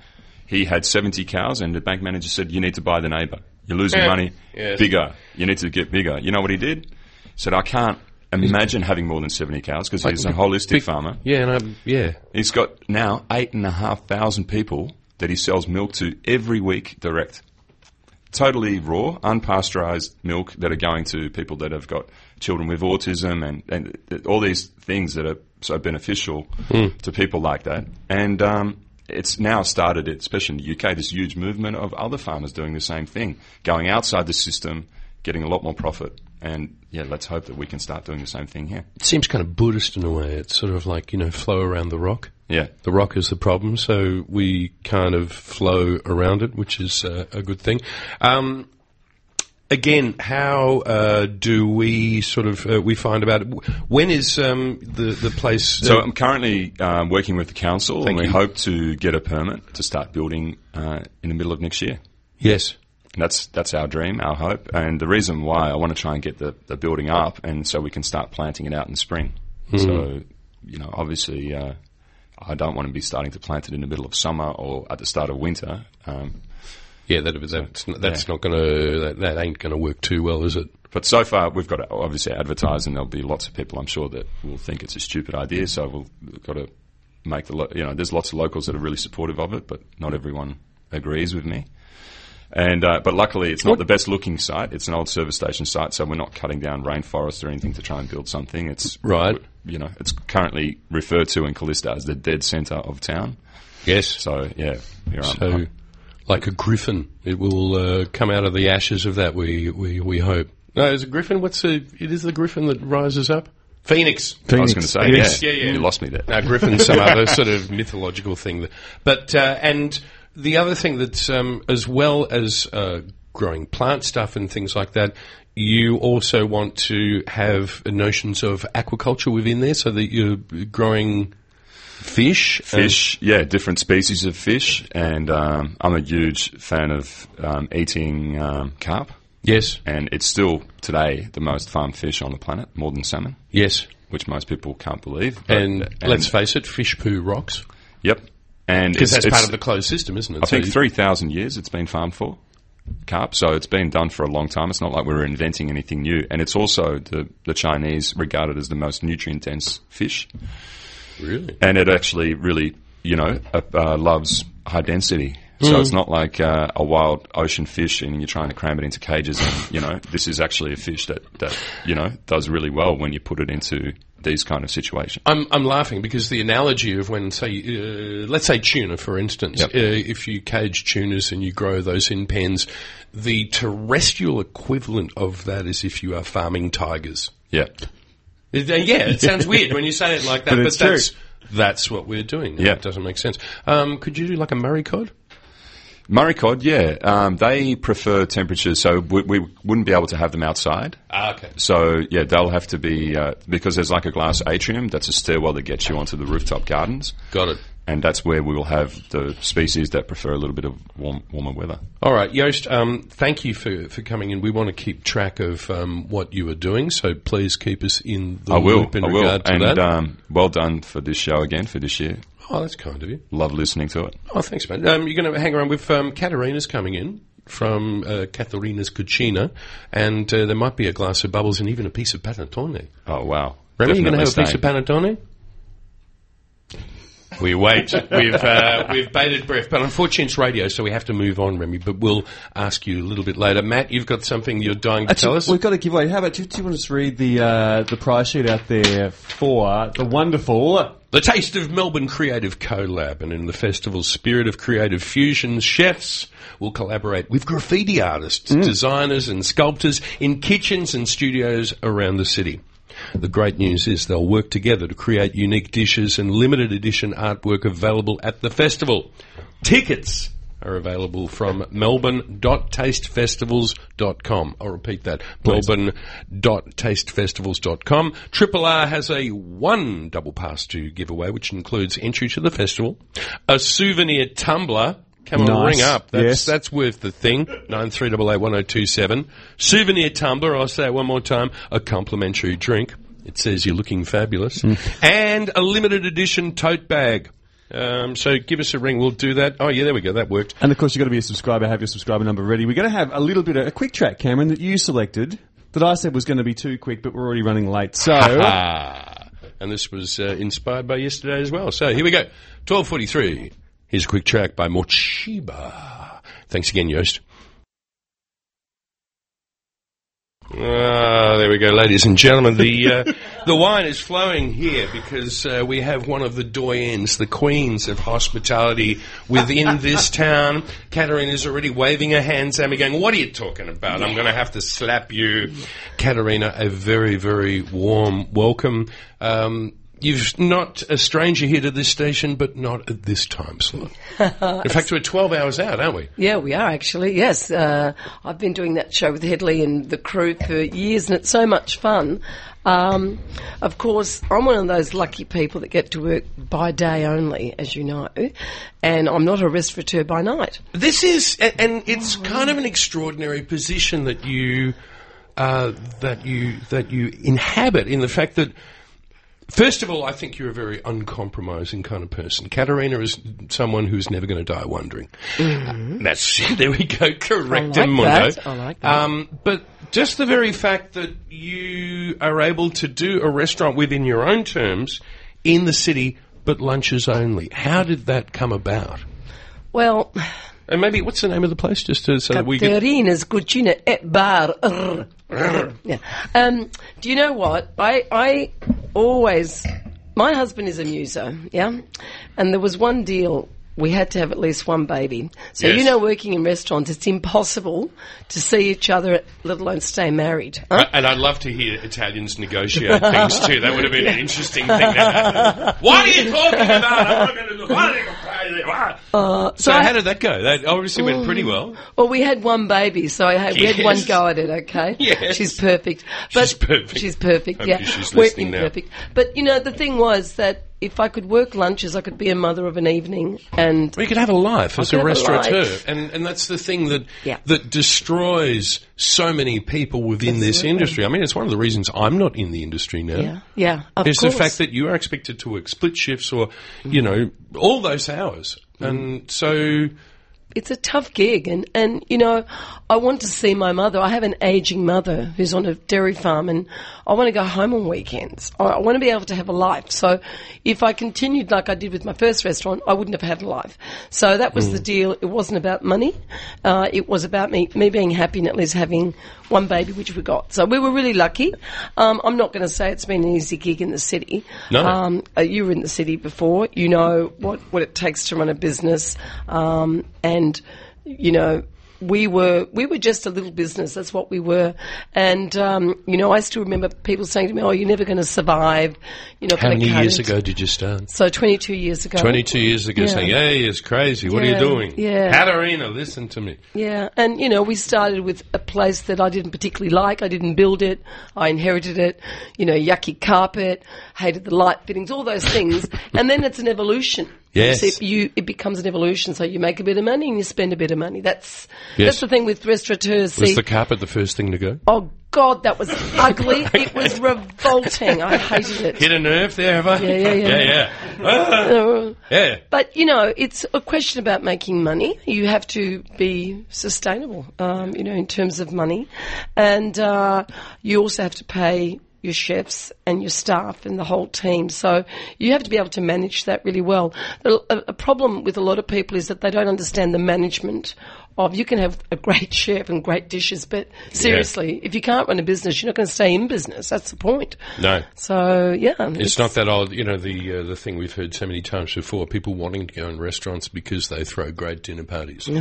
D: He had 70 cows, and the bank manager said, "You need to buy the neighbour. You're losing money.
B: Yes.
D: Bigger. You need to get bigger." You know what he did? Said, "I can't." Imagine having more than 70 cows because he's a holistic farmer.
B: Yeah, and I'm, yeah.
D: He's got now eight and a half thousand people that he sells milk to every week direct. Totally raw, unpasteurized milk that are going to people that have got children with autism and, and th- all these things that are so beneficial to people like that. And um, it's now started, especially in the UK, this huge movement of other farmers doing the same thing, going outside the system, getting a lot more profit. And yeah, let's hope that we can start doing the same thing here.
B: It seems kind of Buddhist in a way. It's sort of like, you know, flow around the rock.
D: Yeah.
B: The rock is the problem, so we kind of flow around it, which is uh, a good thing. Um, again, how uh, do we sort of uh, we find about it? When is um, the the place? uh,
D: So I'm currently um, working with the council, and we
B: you.
D: hope to get a permit to start building uh, in the middle of next year.
B: yes,
D: And that's that's our dream, our hope, and the reason why I want to try and get the, the building up, and so we can start planting it out in spring.
B: Mm-hmm.
D: So, you know, obviously, uh, I don't want to be starting to plant it in the middle of summer or at the start of winter. Um,
B: Yeah, that, that's not- that's not going to that, that ain't going to work too well, is it?
D: but so far, we've got to obviously advertise, and there'll be lots of people, I'm sure, that will think it's a stupid idea. So we'll, we've got to make the lo- you know, there's lots of locals that are really supportive of it, but not everyone agrees with me. And uh, but luckily, it's not the best looking site. It's an old service station site, so we're not cutting down rainforest or anything to try and build something. It's
B: Right.
D: You know, it's currently referred to in Callista as the dead center of town.
B: Yes.
D: So yeah, you're
B: So, like a griffin, it will uh, come out of the ashes of that. We we, we hope. No, is a griffin. What's the? It is the griffin that rises up. Phoenix.
D: I was going to say,
B: Phoenix.
D: yeah,
B: Yeah, yeah.
D: you lost me there.
B: No, griffin. Some other sort of mythological thing. that- But uh, and the other thing that's um, as well as uh, growing plant stuff and things like that. You also want to have notions of aquaculture within there, so that you're growing fish. and-
D: Fish, yeah, different species of fish, and um, I'm a huge fan of um, eating um, carp,
B: yes.
D: and it's still today the most farmed fish on the planet, more than salmon,
B: Yes.
D: which most people can't believe. but-
B: And, let's face it, fish poo rocks.
D: yep, and
B: Because
D: it's-
B: that's part
D: it's-
B: of the closed system, isn't it?
D: I think three thousand years it's been farmed for carp, so it's been done for a long time. It's not like we're inventing anything new, and it's also the the Chinese regard it as the most nutrient dense fish.
B: Really?
D: and it actually really, you know, uh, uh, loves high density. So it's not like uh, a wild ocean fish, and you're trying to cram it into cages. And you know, this is actually a fish that that you know does really well when you put it into these kind of situations.
B: I'm, I'm laughing because the analogy of when, say, uh, let's say tuna, for instance,
D: Yep.
B: uh, if you cage tunas and you grow those in pens, the terrestrial equivalent of that is if you are farming tigers.
D: Yeah,
B: It- uh, yeah, it sounds weird when you say it like that,
C: But
B: but,
C: it's
B: that's that's what we're doing.
D: Yeah.
B: It doesn't make sense. Um, could you do like a Murray cod?
D: Murray cod. Yeah, um, they prefer temperatures, so we, we wouldn't be able to have them outside.
B: Ah, okay.
D: So yeah, they'll have to be uh, because there's like a glass atrium that's a stairwell that gets you onto the rooftop gardens.
B: Got it.
D: and that's where we will have the species that prefer a little bit of warm, warmer weather.
B: All right, Yost, um, thank you for, for coming in. We want to keep track of um, what you are doing, so please keep us in the
D: I will,
B: loop in
D: I will,
B: regard to
D: and
B: that.
D: Um, well done for this show again for this year.
B: oh, that's kind of you.
D: Love listening to it.
B: Oh, thanks, man. Um, you're going to hang around with um, Katerina's coming in from uh, Katerina's Cucina, and uh, there might be a glass of bubbles and even a piece of panettone.
D: Oh wow,
B: Remy, you going to
D: Definitely
B: have a piece of
D: staying.
B: panettone? We wait. we've uh, we've bated breath, but unfortunately it's radio, so we have to move on, Remy. But we'll ask you a little bit later. Matt, you've got something you're dying to tell us.
C: We've got a giveaway. How about do, do you want us to read the uh, the prize sheet out there for the wonderful?
B: The Taste of Melbourne Creative Collab, and in the festival's spirit of creative fusions, chefs will collaborate with graffiti artists, designers, and sculptors in kitchens and studios around the city. The great news is they'll work together to create unique dishes and limited edition artwork available at the festival. Tickets are available from melbourne.tastefestivals.com. I'll repeat that. melbourne.tastefestivals.com. Triple R has a one double pass to give away, which includes entry to the festival, a souvenir tumbler. Come on,
C: Nice.
B: ring up. That's,
C: Yes.
B: that's worth the thing. 93881027. Souvenir tumbler. I'll say it one more time. A complimentary drink. It says you're looking fabulous. And a limited edition tote bag. Um, so give us a ring. We'll do that. Oh, yeah, there we go. That worked.
C: And of course, you've got to be a subscriber. Have your subscriber number ready. We're going to have a little bit of a quick track, Cameron, that you selected. That I said was going to be too quick, but we're already running late. So
B: Ah. And this was uh, inspired by yesterday as well. So here we go. 1243. Here's a quick track by Mochiba. Thanks again, Yost. Ah, there we go, ladies and gentlemen. The uh, the wine is flowing here because uh, we have one of the doyens, the queens of hospitality within this town. Katerina's already waving her hands at me, going, "What are you talking about? I'm going to have to slap you." Katerina, a very very warm welcome. Um, You've not a stranger here to this station, but not at this time slot. In fact, we're 12 hours out, aren't we?
E: Yeah, we are actually. Yes, uh, I've been doing that show with Headley and the crew for years, and it's so much fun. Um, of course, I'm one of those lucky people that get to work by day only, as you know, and I'm not a restaurateur by night.
B: This is, a- and it's kind of an extraordinary position that you uh, that you that you inhabit in the fact that. First of all, I think you're a very uncompromising kind of person. Katerina is someone who's never going to die wondering. That's there we go. Correct,
E: Mm-hmm. I like
B: Mundo.
E: that. I like that.
B: Um, but just the very fact that you are able to do a restaurant within your own terms in the city, but lunches only. How did that come about?
E: Well,
B: And maybe what's the name of the place? Just to, so that we could,
E: Caterina's cucina e bar. Rrr, rrr. Yeah. Um, do you know what? I, I always, my husband is a muso, yeah? And there was one deal. We had to have at least one baby. So,
B: Yes.
E: you know, working in restaurants, it's impossible to see each other, let alone stay married. huh?
B: and I'd love to hear Italians negotiate things too. That would have been an interesting thing. To happen. what are you talking about? I'm not going to. What are you complaining about? so,
E: Uh, I- Mm.
B: how did that go? That obviously went pretty well.
E: Well, we had one baby, so I had, we had
B: Yes.
E: one go at it. Okay,
B: Yes.
E: she's perfect. But
B: She's perfect.
E: She's perfect.
B: Hope
E: yeah,
B: she's
E: we're
B: listening now.
E: imperfect. But you know, the thing was that if I could work lunches, I could be a mother of an evening, and
B: Well, you could have a life as
E: could
B: a
E: have a
B: restaurateur,
E: life.
B: and and that's the thing that
E: Yeah.
B: that destroys so many people within this industry. I mean, it's one of the reasons I'm not in the industry now.
E: yeah, yeah, of
B: It's
E: course.
B: the fact that you are expected to work split shifts or, you know, all those hours.
E: Mm.
B: And so,
E: it's a tough gig and, and you know i want to see my mother i have an aging mother who's on a dairy farm and i want to go home on weekends i, I want to be able to have a life so if i continued like i did with my first restaurant i wouldn't have had a life so that was the deal it wasn't about money uh, it was about me me being happy and at least having one baby which we got so we were really lucky um, i'm not going to say it's been an easy gig in the city
B: No.
E: um, uh, you were in the city before. You know what, what it takes to run a business, um, and you know we were we were just a little business. That's what we were. And um, you know, I still remember people saying to me, "Oh, you're never going to survive." You know,
B: how many years ago did you start?
E: So 22 years ago.
B: 22 years ago,
E: Yeah.
B: saying, hey, it's crazy. What
E: Yeah,
B: are you doing?
E: yeah.
B: Katarina, listen to me.
E: Yeah, and you know, we started with a place that I didn't particularly like. I didn't build it. I inherited it. You know, yucky carpet, hated the light fittings, all those things. and then it's an evolution.
B: Yes.
E: So it, you, it becomes an evolution. So you make a bit of money and you spend a bit of money. That's
B: Yes.
E: that's the thing with restaurateurs.
B: Was
E: See,
B: the carpet the first thing to go?
E: oh God, that was ugly. It was revolting. I hated it.
B: Hit a nerve there, have I?
E: yeah, yeah.
B: yeah, yeah.
E: Uh,
B: yeah.
E: But you know, it's a question about making money. You have to be sustainable, um, you know, in terms of money, and uh, you also have to pay your chefs and your staff and the whole team. So you have to be able to manage that really well. A, a- a problem with a lot of people is that they don't understand the management of. You can have a great chef and great dishes, but seriously, if you can't run a business, you're not going to stay in business. That's the point.
B: No.
E: So yeah,
B: It's not that old, you know, the uh, the thing we've heard so many times before, people wanting to go in restaurants because they throw great dinner parties.
E: uh,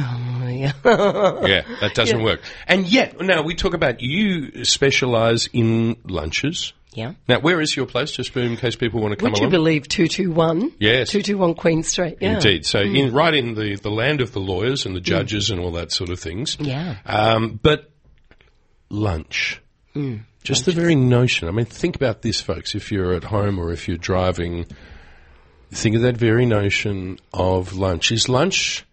B: yeah, that doesn't work. And yet, now we talk about you specialise in lunches.
E: Yeah.
B: Now, where is your place? Just in case people want to come
E: Would you
B: along.
E: believe 221?
B: Yes.
E: 221 Queen Street. Yeah. Hmm.
B: Indeed. So, in, right in the, the land of the lawyers and the judges and all that sort of things.
E: Yeah.
B: Um, but lunch.
E: Hmm.
B: Just the very notion. I mean, think about this, folks. If you're at home or if you're driving, think of that very notion of lunch. Is lunch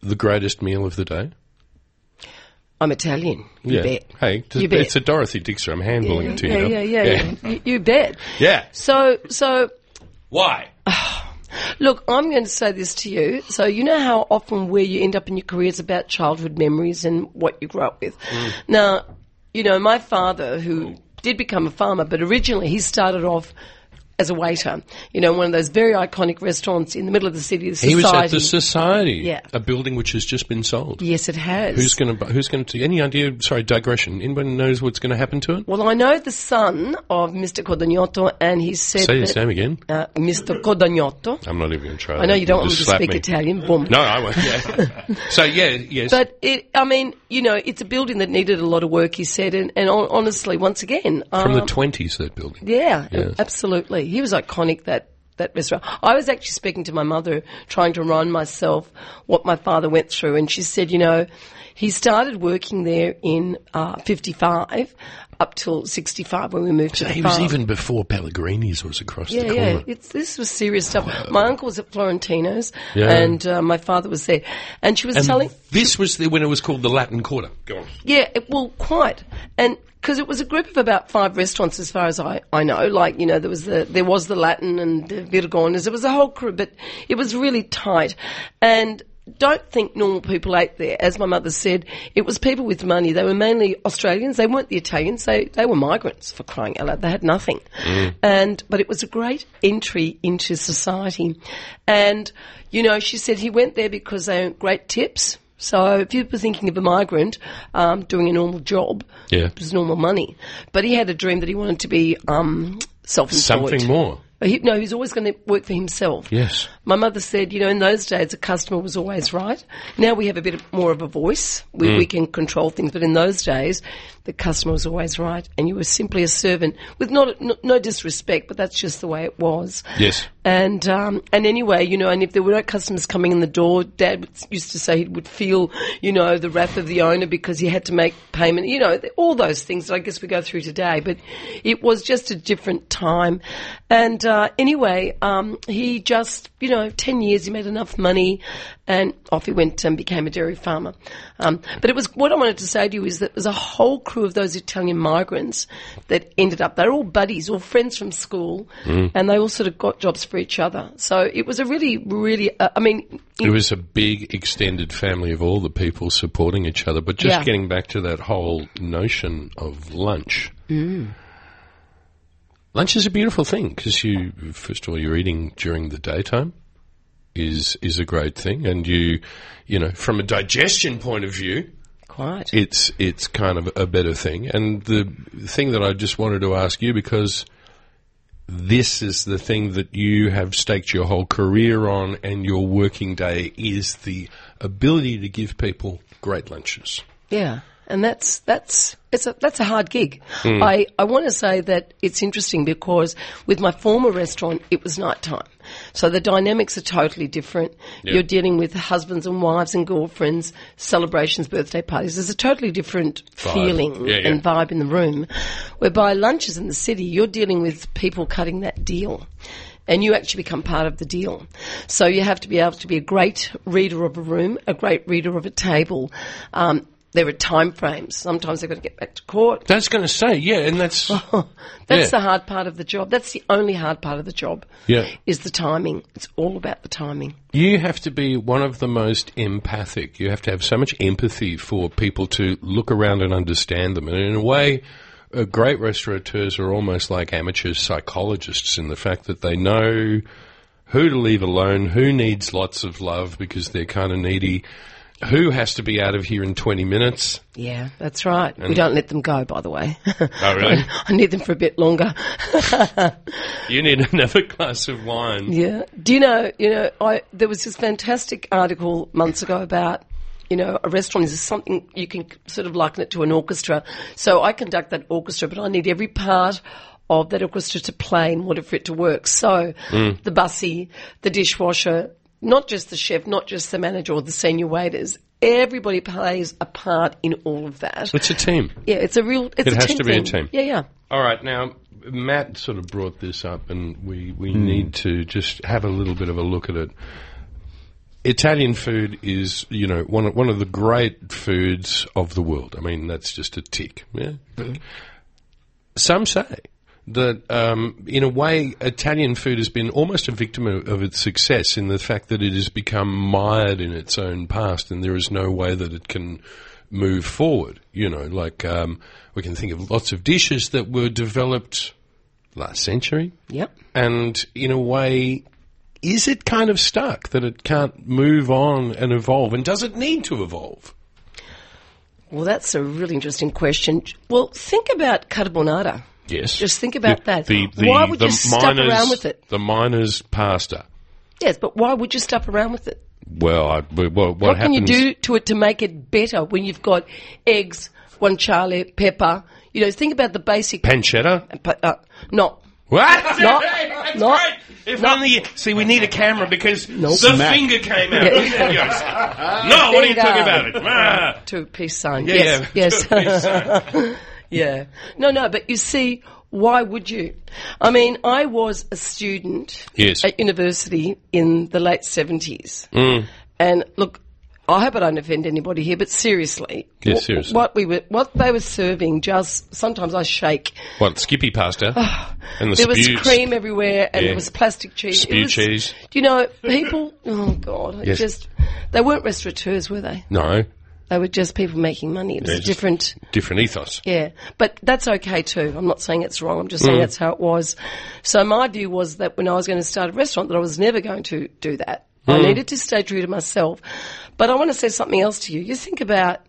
B: the greatest meal of the day?
E: I'm Italian. You bet.
B: Hey, t-
E: You bet.
B: it's a Dorothy Dixer. I'm handballing it to
E: yeah,
B: you. now.
E: yeah, yeah, yeah. You, you bet.
B: Yeah.
E: So, so
B: Why?
E: look, I'm going to say this to you. So, you know how often where you end up in your career is about childhood memories and what you grow up with.
B: Mm.
E: Now, you know, my father, who did become a farmer, but originally he started off as a waiter. You know, one of those very iconic restaurants in the middle of the city. The
B: He
E: society.
B: was at the Society,
E: Yeah.
B: a building which has just been sold.
E: yes, it has.
B: Who's going to? Who's going to? Any idea? Sorry, digression. Anyone knows what's going to happen to it?
E: well, I know the son of Mr. Codagnotto, and he said
B: Say
E: that
B: his name again.
E: uh, Mr. Codagnotto.
B: I'm not even going to try.
E: I know you don't want me to speak Italian. Boom.
B: No, I won't. Yeah. so yeah, yes.
E: But it, I mean, you know, it's a building that needed a lot of work, he said. And, and hon- honestly, once again,
B: from
E: um,
B: the twenties, that building.
E: yeah,
B: Yes.
E: absolutely. He was iconic, that, that restaurant. I was actually speaking to my mother, trying to remind myself what my father went through. And she said, you know, he started working there in uh, 55 up till 65 when we moved to the
B: He was
E: farm.
B: even before Pellegrini's was across the
E: Yeah,
B: corner.
E: yeah. It's, this was serious stuff. My uncle was at Florentino's,
B: Yeah.
E: and uh, my father was there. And she was
B: And
E: telling.
B: this was the, when it was called the Latin Quarter. Go on.
E: Yeah, it, well, quite, and because it was a group of about five restaurants, as far as I, I know. Like you know, there was the there was the Latin and the Virgones. There was a whole crew, but it was really tight, and don't think normal people ate there. As my mother said, it was people with money. They were mainly Australians. They weren't the Italians. They, they were migrants for crying out loud. They had nothing. And, but it was a great entry into society. And, you know, she said he went there because they earned great tips. So if you were thinking of a migrant um, doing a normal job,
B: Yeah.
E: it was normal money. But he had a dream that he wanted to be um, self-employed.
B: Something more.
E: He, no, he's always going to work for himself.
B: Yes.
E: My mother said, you know, in those days, a customer was always right. Now we have a bit more of a voice. We,
B: Mm.
E: we can control things. But in those days, the customer was always right. And you were simply a servant with not, no, no disrespect, but that's just the way it was.
B: Yes.
E: And, um, and anyway, you know, and if there were no customers coming in the door, dad would- used to say he would feel, you know, the wrath of the owner because he had to make payment, you know, th- all those things that I guess we go through today. But it was just a different time. And, uh, anyway, um, he just, you know, 10 years, he made enough money and off he went and became a dairy farmer. Um, but it was, what I wanted to say to you is that there's a whole crew of those Italian migrants that ended up, they're all buddies, all friends from school, and they all sort of got jobs for each other. So it was a really, really, uh, I mean,
B: It was a big extended family of all the people supporting each other. But just
E: Yeah.
B: getting back to that whole notion of lunch. Lunch is a beautiful thing because you, first of all, you're eating during the daytime. Is is a great thing, and you, you know, from a digestion point of view,
E: quiet.
B: it's it's kind of a better thing. And the thing that I just wanted to ask you because this is the thing that you have staked your whole career on, and your working day is the ability to give people great lunches.
E: Yeah, and that's that's it's a that's a hard gig. I I want to say that it's interesting because with my former restaurant, it was nighttime, so the dynamics are totally different. You're dealing with husbands and wives and girlfriends, celebrations, birthday parties. There's a totally different feeling
B: Yeah, yeah.
E: and vibe in the room. Whereby lunches in the city, you're dealing with people cutting that deal. And you actually become part of the deal. So you have to be able to be a great reader of a room, a great reader of a table. Um, there are time frames. Sometimes they've got to get back to court.
B: That's going to say, yeah, and that's
E: That's
B: Yeah.
E: the hard part of the job. That's the only hard part of the job.
B: Yeah.
E: Is the timing. It's all about the timing.
B: you have to be one of the most empathic. You have to have so much empathy for people to look around and understand them. And in a way, uh, great restaurateurs are almost like amateur psychologists in the fact that they know who to leave alone, who needs lots of love because they're kind of needy, who has to be out of here in 20 minutes.
E: Yeah, that's right. we don't let them go, by the way.
B: Oh, really?
E: I need them for a bit longer.
B: you need another glass of wine.
E: Yeah. Do you know, you know, I, there was this fantastic article months ago about, you know, a restaurant is something you can sort of liken it to an orchestra. So I conduct that orchestra, but I need every part of that orchestra to play in order for it to work. So
B: Hmm.
E: the bussy, the dishwasher, not just the chef, not just the manager or the senior waiters, everybody plays a part in all of that.
B: It's a team.
E: Yeah, it's a real, it's
B: It
E: a
B: has
E: team
B: to be a
E: thing.
B: team.
E: Yeah, yeah.
B: All right, now Matt sort of brought this up, and we we need to just have a little bit of a look at it. Italian food is, you know, one of, one of the great foods of the world. I mean, that's just a tick. Yeah? Some say that, um, in a way, Italian food has been almost a victim of, of its success in the fact that it has become mired in its own past, and there is no way that it can move forward. You know, like um, we can think of lots of dishes that were developed last century,
E: Yep.
B: and in a way, is it kind of stuck that it can't move on and evolve? And does it need to evolve?
E: Well, that's a really interesting question. Well, think about carbonara.
B: Yes.
E: Just think about that. why would you stuff around with it?
B: The miners' pasta.
E: Yes, but why would you stuff around with it?
B: Well, I, well what,
E: What can
B: happens?
E: you do to it to make it better when you've got eggs, guanciale, pepper? You know, think about the basic.
B: Pancetta?
E: but, uh, no,
B: What?
E: Not-
B: That's
E: not-
B: great. If only see, we need a camera because the
C: Smack.
B: finger came out.
E: Yeah.
B: Look at that, guys. no, what are you
E: Finger.
B: talking about? It. Ah.
E: two piece sign.
B: Yeah,
E: yes,
B: yeah.
E: yes. Yeah. No, no, but you see, why would you? I mean, I was a student
B: Yes.
E: at university in the late 70s.
B: Mm.
E: And look, I hope I don't offend anybody here, but seriously,
B: Yeah,
E: wh-
B: seriously.
E: what we were, what they were serving, just sometimes I shake.
B: What Skippy pasta and the
E: Oh, There was
B: spew-
E: cream everywhere, and
B: Yeah.
E: there was plastic cheese.
B: Spew
E: It was-
B: cheese.
E: Do you know people? Oh God, it
B: Yes.
E: just They weren't restaurateurs, were they?
B: No,
E: They were just people making money. It was
B: Yeah,
E: a
B: just-
E: different.
B: different ethos.
E: Yeah, but that's okay too. I'm not saying it's wrong. I'm just
B: Mm.
E: saying that's how it was. So my view was that when I was going to start a restaurant, that I was never going to do that.
B: Mm.
E: I needed to stay true to myself. But I want to say something else to you. You think about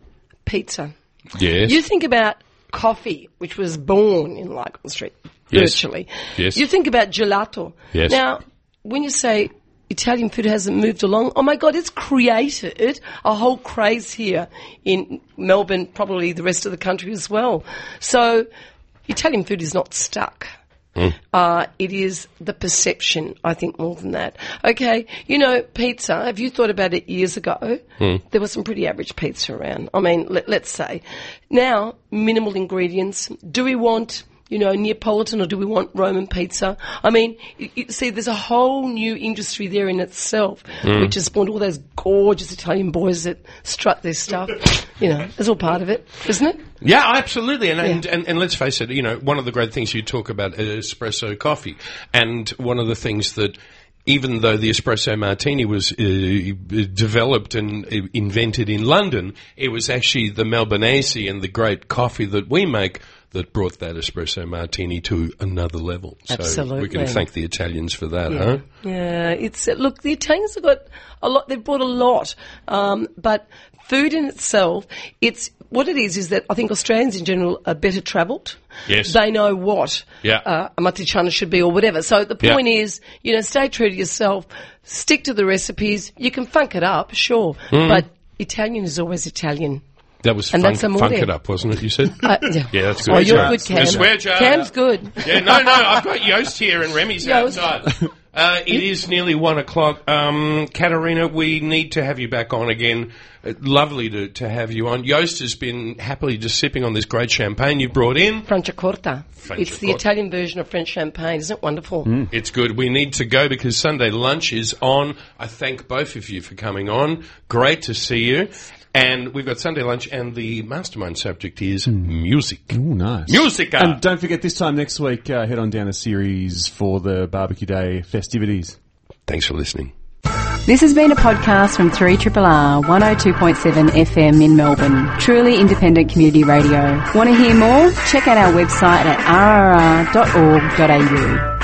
E: pizza.
B: Yes.
E: You think about coffee, which was born in Lygon Street,
B: Yes.
E: virtually.
B: Yes.
E: You think about gelato.
B: Yes.
E: Now, when you say Italian food hasn't moved along, oh my God, it's created a whole craze here in Melbourne, probably the rest of the country as well. So, Italian food is not stuck. Uh, it is the perception, I think, more than that. Okay, you know, pizza, have you thought about it years ago? There was some pretty average pizza around. I mean, let, let's say. Now, minimal ingredients. Do we want, you know, Neapolitan or do we want Roman pizza? I mean, you, you see, there's a whole new industry there in itself, which has spawned all those gorgeous Italian boys that strut their stuff. you know, it's all part of it, isn't it?
B: Yeah, absolutely. And, and, and, and let's face it, you know, one of the great things you talk about is espresso coffee. And one of the things that, even though the espresso martini was uh, developed and uh, invented in London, it was actually the Melbourneese and the great coffee that we make that brought that espresso martini to another level. So we
E: Absolutely.
B: can thank the Italians for that, huh?
E: Yeah, it's look. The Italians have got a lot. They've bought a lot, um, but food in itself, it's what it is. Is that I think Australians in general are better travelled.
B: Yes.
E: they know what
B: Yeah.
E: uh, a matriciana should be or whatever. So the
B: Yeah.
E: point is, you know, stay true to yourself. Stick to the recipes. You can funk it up, sure,
B: Mm.
E: but Italian is always Italian.
B: That was
E: And
B: funk,
E: that's amore.
B: funk it up, wasn't it? You said.
E: Uh, yeah.
B: Yeah, that's good.
E: Oh, you're
B: Swear
E: good,
B: jar.
E: Cam.
B: Swear jar.
E: Cam's good.
B: Yeah, no, no, I've got Yost here and Remy's
E: Yost.
B: outside. Uh, it is nearly one o'clock. Um, Katarina, we need to have you back on again. Uh, lovely to, to have you on. Yost has been happily just sipping on this great champagne you brought in.
E: Franciacorta. It's the
B: Franciacorta. Mm.
E: Italian version of French champagne. Isn't it wonderful?
B: It's good. We need to go because Sunday lunch is on. I thank both of you for coming on. Great to see you. And we've got Sunday lunch, and the mastermind subject is music.
C: Ooh, nice.
B: Musica.
C: And don't forget this time next week, uh, head on down a series for the Barbecue Day festivities.
B: Thanks for listening.
A: This has been a podcast from 3RRR 102.7 FM in Melbourne. Truly independent community radio. Want to hear more? Check out our website at rrr.org.au.